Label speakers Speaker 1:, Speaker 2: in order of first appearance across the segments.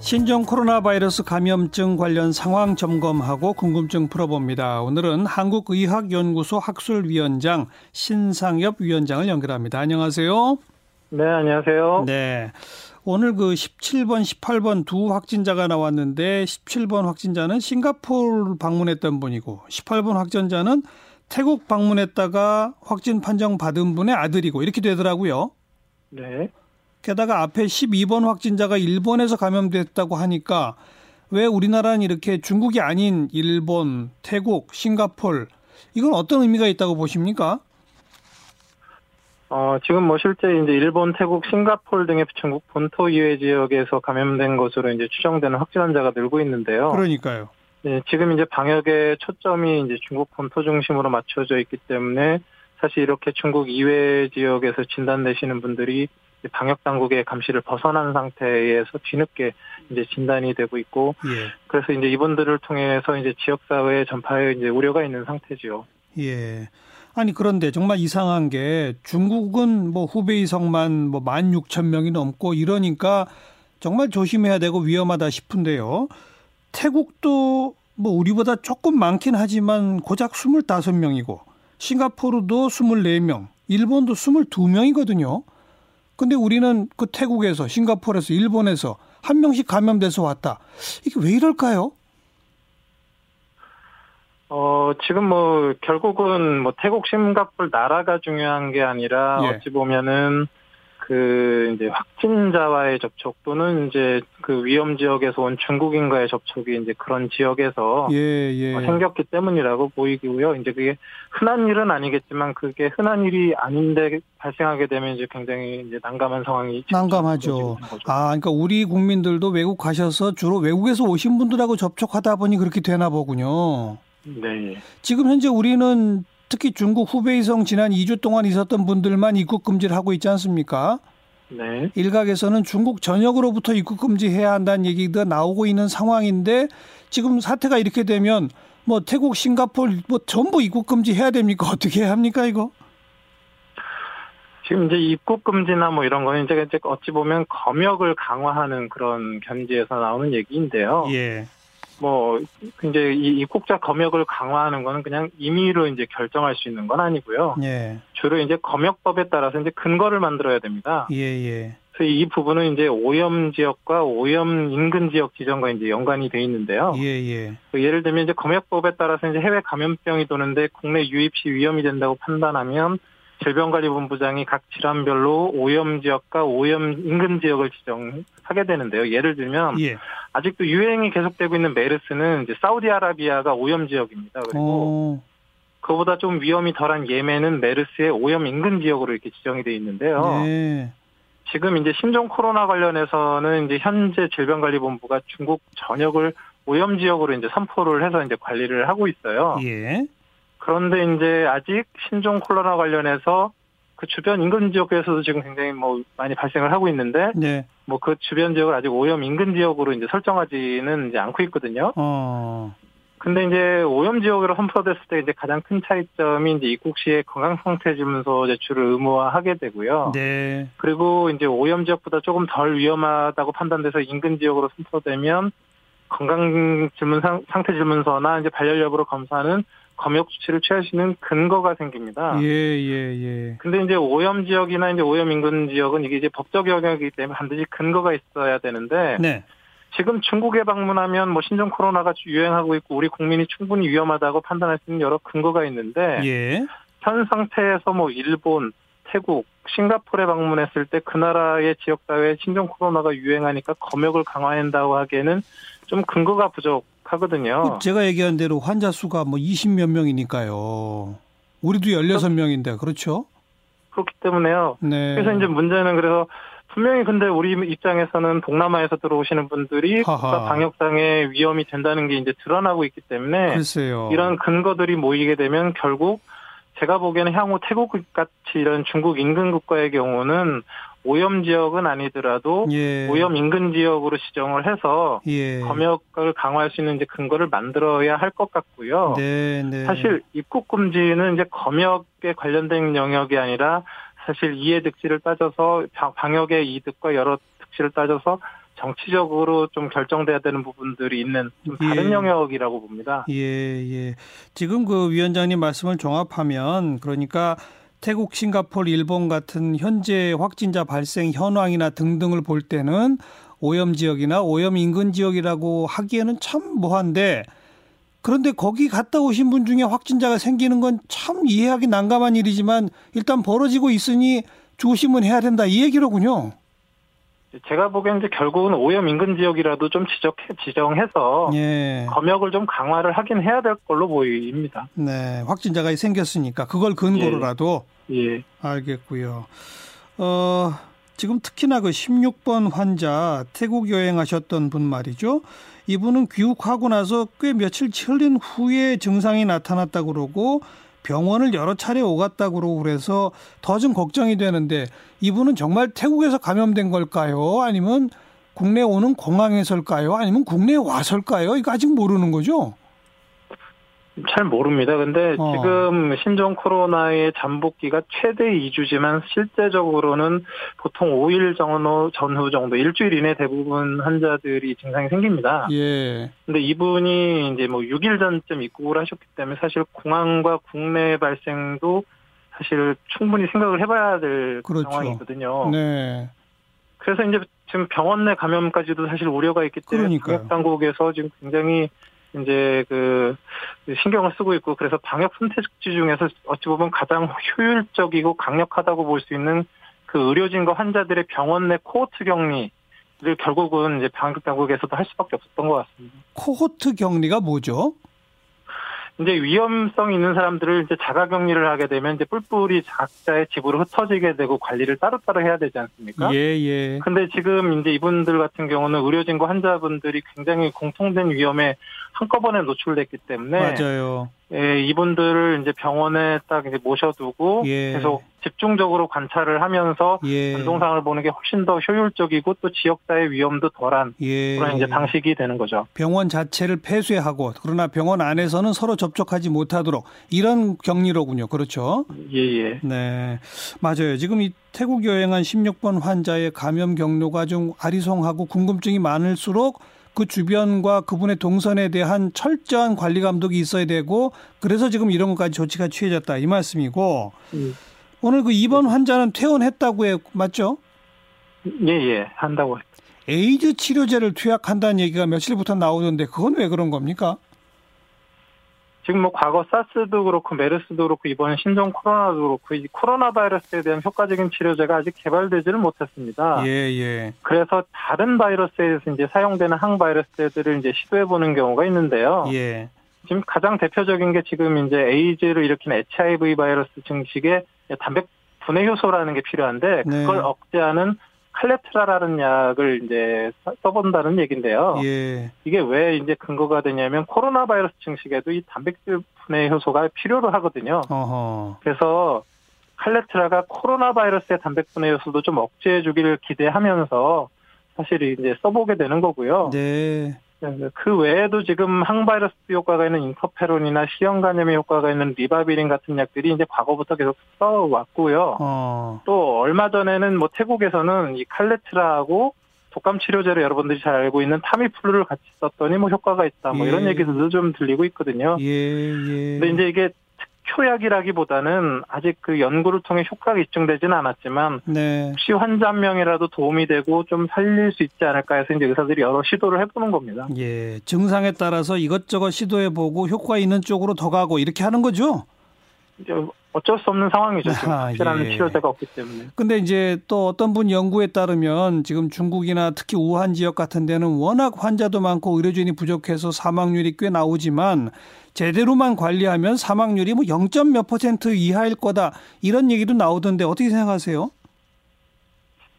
Speaker 1: 신종 코로나 바이러스 감염증 관련 상황 점검하고 궁금증 풀어봅니다. 오늘은 한국의학연구소 학술위원장 신상엽 위원장을 연결합니다. 안녕하세요.
Speaker 2: 네, 안녕하세요.
Speaker 1: 네. 오늘 그 17번, 18번 두 확진자가 나왔는데 17번 확진자는 싱가포르 방문했던 분이고 18번 확진자는 태국 방문했다가 확진 판정 받은 분의 아들이고 이렇게 되더라고요.
Speaker 2: 네.
Speaker 1: 게다가 앞에 12번 확진자가 일본에서 감염됐다고 하니까 왜 우리나라는 이렇게 중국이 아닌 일본, 태국, 싱가폴 이건 어떤 의미가 있다고 보십니까?
Speaker 2: 어, 지금 뭐 실제 이제 일본, 태국, 싱가폴 등의 중국 본토 이외 지역에서 감염된 것으로 이제 추정되는 확진 환자가 늘고 있는데요.
Speaker 1: 그러니까요.
Speaker 2: 예, 지금 이제 방역의 초점이 이제 중국 본토 중심으로 맞춰져 있기 때문에 사실 이렇게 중국 이외 지역에서 진단되시는 분들이 이제 방역 당국의 감시를 벗어난 상태에서 뒤늦게 이제 진단이 되고 있고
Speaker 1: 예.
Speaker 2: 그래서 이제 이분들을 통해서 이제 지역 사회의 전파에 이제 우려가 있는 상태지요.
Speaker 1: 예. 아니 그런데 정말 이상한 게 중국은 뭐 후베이성만 뭐 16,000명이 넘고 이러니까 정말 조심해야 되고 위험하다 싶은데요. 태국도 뭐 우리보다 조금 많긴 하지만 고작 25명이고 싱가포르도 24명, 일본도 22명이거든요. 근데 우리는 그 태국에서, 싱가포르에서, 일본에서 한 명씩 감염돼서 왔다. 이게 왜 이럴까요?
Speaker 2: 어, 지금 뭐, 결국은 뭐, 태국, 싱가폴 나라가 중요한 게 아니라,
Speaker 1: 예.
Speaker 2: 어찌 보면은, 그, 이제, 확진자와의 접촉 또는 이제, 그 위험 지역에서 온 중국인과의 접촉이 이제 그런 지역에서
Speaker 1: 예, 예.
Speaker 2: 어, 생겼기 때문이라고 보이고요. 이제 그게 흔한 일은 아니겠지만, 그게 흔한 일이 아닌데 발생하게 되면 이제 굉장히 이제 난감한 상황이.
Speaker 1: 난감하죠.
Speaker 2: 지금 거죠.
Speaker 1: 아, 그러니까 우리 국민들도 외국 가셔서 주로 외국에서 오신 분들하고 접촉하다 보니 그렇게 되나 보군요.
Speaker 2: 네.
Speaker 1: 지금 현재 우리는 특히 중국 후베이성 지난 2주 동안 있었던 분들만 입국 금지를 하고 있지 않습니까?
Speaker 2: 네.
Speaker 1: 일각에서는 중국 전역으로부터 입국 금지해야 한다는 얘기가 나오고 있는 상황인데 지금 사태가 이렇게 되면 뭐 태국, 싱가포르 뭐 전부 입국 금지해야 됩니까? 어떻게 해야 합니까 이거?
Speaker 2: 지금 이제 입국 금지나 뭐 이런 거는 이제 이제 어찌 보면 검역을 강화하는 그런 견지에서 나오는 얘기인데요.
Speaker 1: 예.
Speaker 2: 뭐 이제 이 입국자 검역을 강화하는 거는 그냥 임의로 이제 결정할 수 있는 건 아니고요.
Speaker 1: 예.
Speaker 2: 주로 이제 검역법에 따라서 이제 근거를 만들어야 됩니다.
Speaker 1: 예, 예.
Speaker 2: 그래서 이 부분은 이제 오염 지역과 오염 인근 지역 지정과 이제 연관이 돼 있는데요.
Speaker 1: 예, 예.
Speaker 2: 그 예를 들면 이제 검역법에 따라서 이제 해외 감염병이 도는데 국내 유입 시 위험이 된다고 판단하면 질병관리본부장이 각 질환별로 오염 지역과 오염 인근 지역을 지정하게 되는데요. 예를 들면
Speaker 1: 예.
Speaker 2: 아직도 유행이 계속되고 있는 메르스는 이제 사우디아라비아가 오염 지역입니다. 그리고
Speaker 1: 어.
Speaker 2: 그보다 좀 위험이 덜한 예멘은 메르스의 오염 인근 지역으로 이렇게 지정이 돼 있는데요.
Speaker 1: 네.
Speaker 2: 지금 이제 신종 코로나 관련해서는 이제 현재 질병관리본부가 중국 전역을 오염 지역으로 이제 선포를 해서 이제 관리를 하고 있어요.
Speaker 1: 예.
Speaker 2: 그런데 이제 아직 신종 코로나 관련해서 그 주변 인근 지역에서도 지금 굉장히 뭐 많이 발생을 하고 있는데
Speaker 1: 네.
Speaker 2: 뭐 그 주변 지역을 아직 오염 인근 지역으로 이제 설정하지는 이제 않고 있거든요.
Speaker 1: 어.
Speaker 2: 근데 이제 오염 지역으로 선포됐을 때 이제 가장 큰 차이점이 이제 입국 시에 건강 상태 증명서 제출을 의무화하게 되고요.
Speaker 1: 네.
Speaker 2: 그리고 이제 오염 지역보다 조금 덜 위험하다고 판단돼서 인근 지역으로 선포되면 건강 질문 상, 상태 질문서나 이제 발열 여부를 검사하는 검역 조치를 취할 수 있는 근거가 생깁니다.
Speaker 1: 예, 예, 예.
Speaker 2: 근데 이제 오염 지역이나 이제 오염 인근 지역은 이게 이제 법적 영역이기 때문에 반드시 근거가 있어야 되는데
Speaker 1: 네.
Speaker 2: 지금 중국에 방문하면 뭐 신종 코로나가 유행하고 있고 우리 국민이 충분히 위험하다고 판단할 수 있는 여러 근거가 있는데
Speaker 1: 예.
Speaker 2: 현 상태에서 뭐 일본, 태국, 싱가포르에 방문했을 때 그 나라의 지역사회에 신종 코로나가 유행하니까 검역을 강화한다고 하기에는 좀 근거가 부족하거든요.
Speaker 1: 그 제가 얘기한 대로 환자 수가 뭐 20몇 명이니까요. 우리도 16명인데, 그렇죠?
Speaker 2: 그렇기 때문에요.
Speaker 1: 네.
Speaker 2: 그래서 이제 문제는 그래서 분명히 근데 우리 입장에서는 동남아에서 들어오시는 분들이
Speaker 1: 하하.
Speaker 2: 국가 방역상의 위험이 된다는 게 이제 드러나고 있기 때문에
Speaker 1: 글쎄요.
Speaker 2: 뭐 이런 근거들이 모이게 되면 결국 제가 보기에는 향후 태국 같이 이런 중국 인근 국가의 경우는 오염 지역은 아니더라도
Speaker 1: 예.
Speaker 2: 오염 인근 지역으로 지정을 해서
Speaker 1: 예.
Speaker 2: 검역을 강화할 수 있는 이제 근거를 만들어야 할 것 같고요.
Speaker 1: 네, 네.
Speaker 2: 사실 입국 금지는 이제 검역에 관련된 영역이 아니라 사실 이해 득실을 따져서 방- 방역의 이득과 여러 득실을 따져서 정치적으로 좀 결정돼야 되는 부분들이 있는 좀 다른
Speaker 1: 예.
Speaker 2: 영역이라고 봅니다.
Speaker 1: 예, 예. 지금 그 위원장님 말씀을 종합하면 그러니까 태국, 싱가포르, 일본 같은 현재 확진자 발생 현황이나 등등을 볼 때는 오염 지역이나 오염 인근 지역이라고 하기에는 참 모한데 그런데 거기 갔다 오신 분 중에 확진자가 생기는 건 참 이해하기 난감한 일이지만 일단 벌어지고 있으니 조심은 해야 된다 이 얘기로군요.
Speaker 2: 제가 보기엔 이제 결국은 오염 인근 지역이라도 좀 지적 지정해서
Speaker 1: 예.
Speaker 2: 검역을 좀 강화를 하긴 해야 될 걸로 보입니다.
Speaker 1: 네. 확진자가 생겼으니까 그걸 근거로라도
Speaker 2: 예.
Speaker 1: 알겠고요. 어, 지금 특히나 그 16번 환자 태국 여행하셨던 분 말이죠. 이분은 귀국하고 나서 꽤 며칠 흘린 후에 증상이 나타났다 그러고 병원을 여러 차례 오갔다 그러고 그래서 더 좀 걱정이 되는데 이분은 정말 태국에서 감염된 걸까요? 아니면 국내 오는 공항에서일까요? 아니면 국내에 와서일까요? 이거 아직 모르는 거죠?
Speaker 2: 잘 모릅니다. 근데
Speaker 1: 어.
Speaker 2: 지금 신종 코로나의 잠복기가 최대 2주지만 실제적으로는 보통 5일 전후, 전후 정도, 일주일 이내 대부분 환자들이 증상이 생깁니다.
Speaker 1: 예.
Speaker 2: 근데 이분이 이제 뭐 6일 전쯤 입국을 하셨기 때문에 사실 공항과 국내 발생도 사실 충분히 생각을 해봐야 될
Speaker 1: 그렇죠.
Speaker 2: 상황이거든요.
Speaker 1: 네.
Speaker 2: 그래서 이제 지금 병원 내 감염까지도 사실 우려가 있기 때문에
Speaker 1: 그러니까요.
Speaker 2: 방역 당국에서 지금 굉장히 이제 그 신경을 쓰고 있고 그래서 방역 선택지 중에서 어찌 보면 가장 효율적이고 강력하다고 볼 수 있는 그 의료진과 환자들의 병원 내 코호트 격리를 결국은 이제 방역 당국에서도 할 수밖에 없었던 것 같습니다.
Speaker 1: 코호트 격리가 뭐죠?
Speaker 2: 이제 위험성 있는 사람들을 이제 자가 격리를 하게 되면 이제 뿔뿔이 각자의 집으로 흩어지게 되고 관리를 따로따로 해야 되지 않습니까?
Speaker 1: 예, 예.
Speaker 2: 근데 지금 이제 이분들 같은 경우는 의료진과 환자분들이 굉장히 공통된 위험에 한꺼번에 노출됐기 때문에
Speaker 1: 맞아요.
Speaker 2: 예, 이분들을 이제 병원에 딱 이제 모셔두고
Speaker 1: 예.
Speaker 2: 어? 계속 집중적으로 관찰을 하면서
Speaker 1: 예.
Speaker 2: 변동상을 보는 게 훨씬 더 효율적이고 또 지역사회 위험도 덜한
Speaker 1: 예.
Speaker 2: 그런 이제 방식이 되는 거죠.
Speaker 1: 병원 자체를 폐쇄하고 그러나 병원 안에서는 서로 접촉하지 못하도록 이런 격리로군요. 그렇죠?
Speaker 2: 예예.
Speaker 1: 네. 맞아요. 지금 이 태국 여행한 16번 환자의 감염 경로가 좀 아리송하고 궁금증이 많을수록 그 주변과 그분의 동선에 대한 철저한 관리 감독이 있어야 되고 그래서 지금 이런 것까지 조치가 취해졌다 이 말씀이고 오늘 그 2번 환자는 퇴원했다고 해 맞죠?
Speaker 2: 예예. 한다고.
Speaker 1: 에이즈 치료제를 투약한다는 얘기가 며칠부터 나오던데 그건 왜 그런 겁니까?
Speaker 2: 지금 뭐 과거 사스도 그렇고 메르스도 그렇고 이번 신종 코로나도 그렇고 이 코로나 바이러스에 대한 효과적인 치료제가 아직 개발되지를 못했습니다.
Speaker 1: 예, 예.
Speaker 2: 그래서 다른 바이러스에서 이제 사용되는 항바이러스들을 이제 시도해 보는 경우가 있는데요.
Speaker 1: 예.
Speaker 2: 지금 가장 대표적인 게 지금 이제 에이즈를 일으킨 HIV 바이러스 증식에 단백 분해 효소라는 게 필요한데 그걸
Speaker 1: 네.
Speaker 2: 억제하는 칼레트라라는 약을 이제 써- 써본다는 얘긴데요.
Speaker 1: 예.
Speaker 2: 이게 왜 이제 근거가 되냐면 코로나 바이러스 증식에도 이 단백질 분해 효소가 필요로 하거든요.
Speaker 1: 어허.
Speaker 2: 그래서 칼레트라가 코로나 바이러스의 단백 분해 요소도 좀 억제해 주기를 기대하면서 사실 이제 써보게 되는 거고요.
Speaker 1: 네.
Speaker 2: 그 외에도 지금 항바이러스 효과가 있는 인터페론이나 시형 간염의 효과가 있는 리바비린 같은 약들이 이제 과거부터 계속 써왔고요.
Speaker 1: 어.
Speaker 2: 또 얼마 전에는 뭐 태국에서는 이 칼레트라하고 독감 치료제로 여러분들이 잘 알고 있는 타미플루를 같이 썼더니 뭐 효과가 있다 뭐
Speaker 1: 예.
Speaker 2: 이런 얘기도 좀 들리고 있거든요.
Speaker 1: 예, 예.
Speaker 2: 어. 근데 이제 이게 특효약이라기보다는 아직 그 연구를 통해 효과가 입증되지는 않았지만
Speaker 1: 네.
Speaker 2: 혹시 환자 한 명이라도 도움이 되고 좀 살릴 수 있지 않을까 해서 이제 의사들이 여러 시도를 해보는 겁니다.
Speaker 1: 예. 증상에 따라서 이것저것 시도해 보고 효과 있는 쪽으로 더 가고 이렇게 하는 거죠.
Speaker 2: 이제 어쩔 수 없는 상황이죠. 지금
Speaker 1: 아,
Speaker 2: 확실한
Speaker 1: 예.
Speaker 2: 치료제가 없기 때문에.
Speaker 1: 근데 이제 또 어떤 분 연구에 따르면 지금 중국이나 특히 우한 지역 같은 데는 워낙 환자도 많고 의료진이 부족해서 사망률이 꽤 나오지만 제대로만 관리하면 사망률이 뭐 0. 몇 퍼센트 이하일 거다 이런 얘기도 나오던데 어떻게 생각하세요?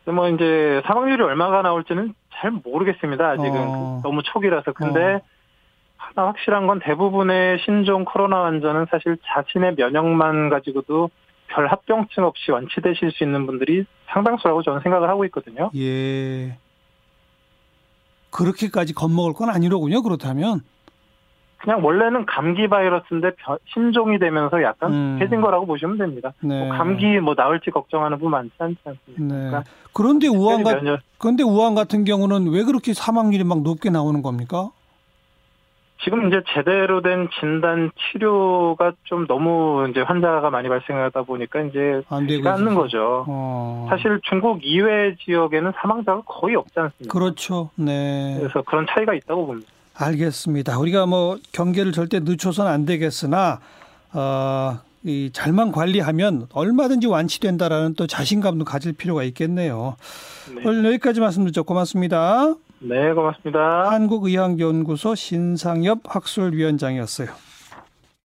Speaker 2: 그래서 뭐 이제 사망률이 얼마가 나올지는 잘 모르겠습니다. 아직은
Speaker 1: 어.
Speaker 2: 너무 초기라서. 근데
Speaker 1: 어.
Speaker 2: 하나 확실한 건 대부분의 신종 코로나 환자는 사실 자신의 면역만 가지고도 별 합병증 없이 완치되실 수 있는 분들이 상당수라고 저는 생각을 하고 있거든요.
Speaker 1: 예. 그렇게까지 겁먹을 건 아니로군요. 그렇다면
Speaker 2: 그냥 원래는 감기 바이러스인데 변- 신종이 되면서 약간
Speaker 1: 음.
Speaker 2: 해진 거라고 보시면 됩니다.
Speaker 1: 네.
Speaker 2: 뭐 감기 뭐 나을지 걱정하는 분 많지 않지 않습니까?
Speaker 1: 네. 그런데 우한 같
Speaker 2: 면역-
Speaker 1: 그런데 우한 같은 경우는 왜 그렇게 사망률이 막 높게 나오는 겁니까?
Speaker 2: 지금 이제 제대로 된 진단 치료가 좀 너무 이제 환자가 많이 발생하다 보니까 이제
Speaker 1: 안 되고
Speaker 2: 되지가 않는
Speaker 1: 있어서.
Speaker 2: 거죠.
Speaker 1: 어.
Speaker 2: 사실 중국 이외 지역에는 사망자가 거의 없지 않습니까?
Speaker 1: 그렇죠. 네.
Speaker 2: 그래서 그런 차이가 있다고 봅니다.
Speaker 1: 알겠습니다. 우리가 뭐 경계를 절대 늦춰선 안 되겠으나 어, 이 잘만 관리하면 얼마든지 완치된다라는 또 자신감도 가질 필요가 있겠네요.
Speaker 2: 네,
Speaker 1: 오늘 여기까지 말씀 드렸죠. 고맙습니다.
Speaker 2: 네 고맙습니다.
Speaker 1: 한국의학연구소 신상엽 학술위원장이었어요.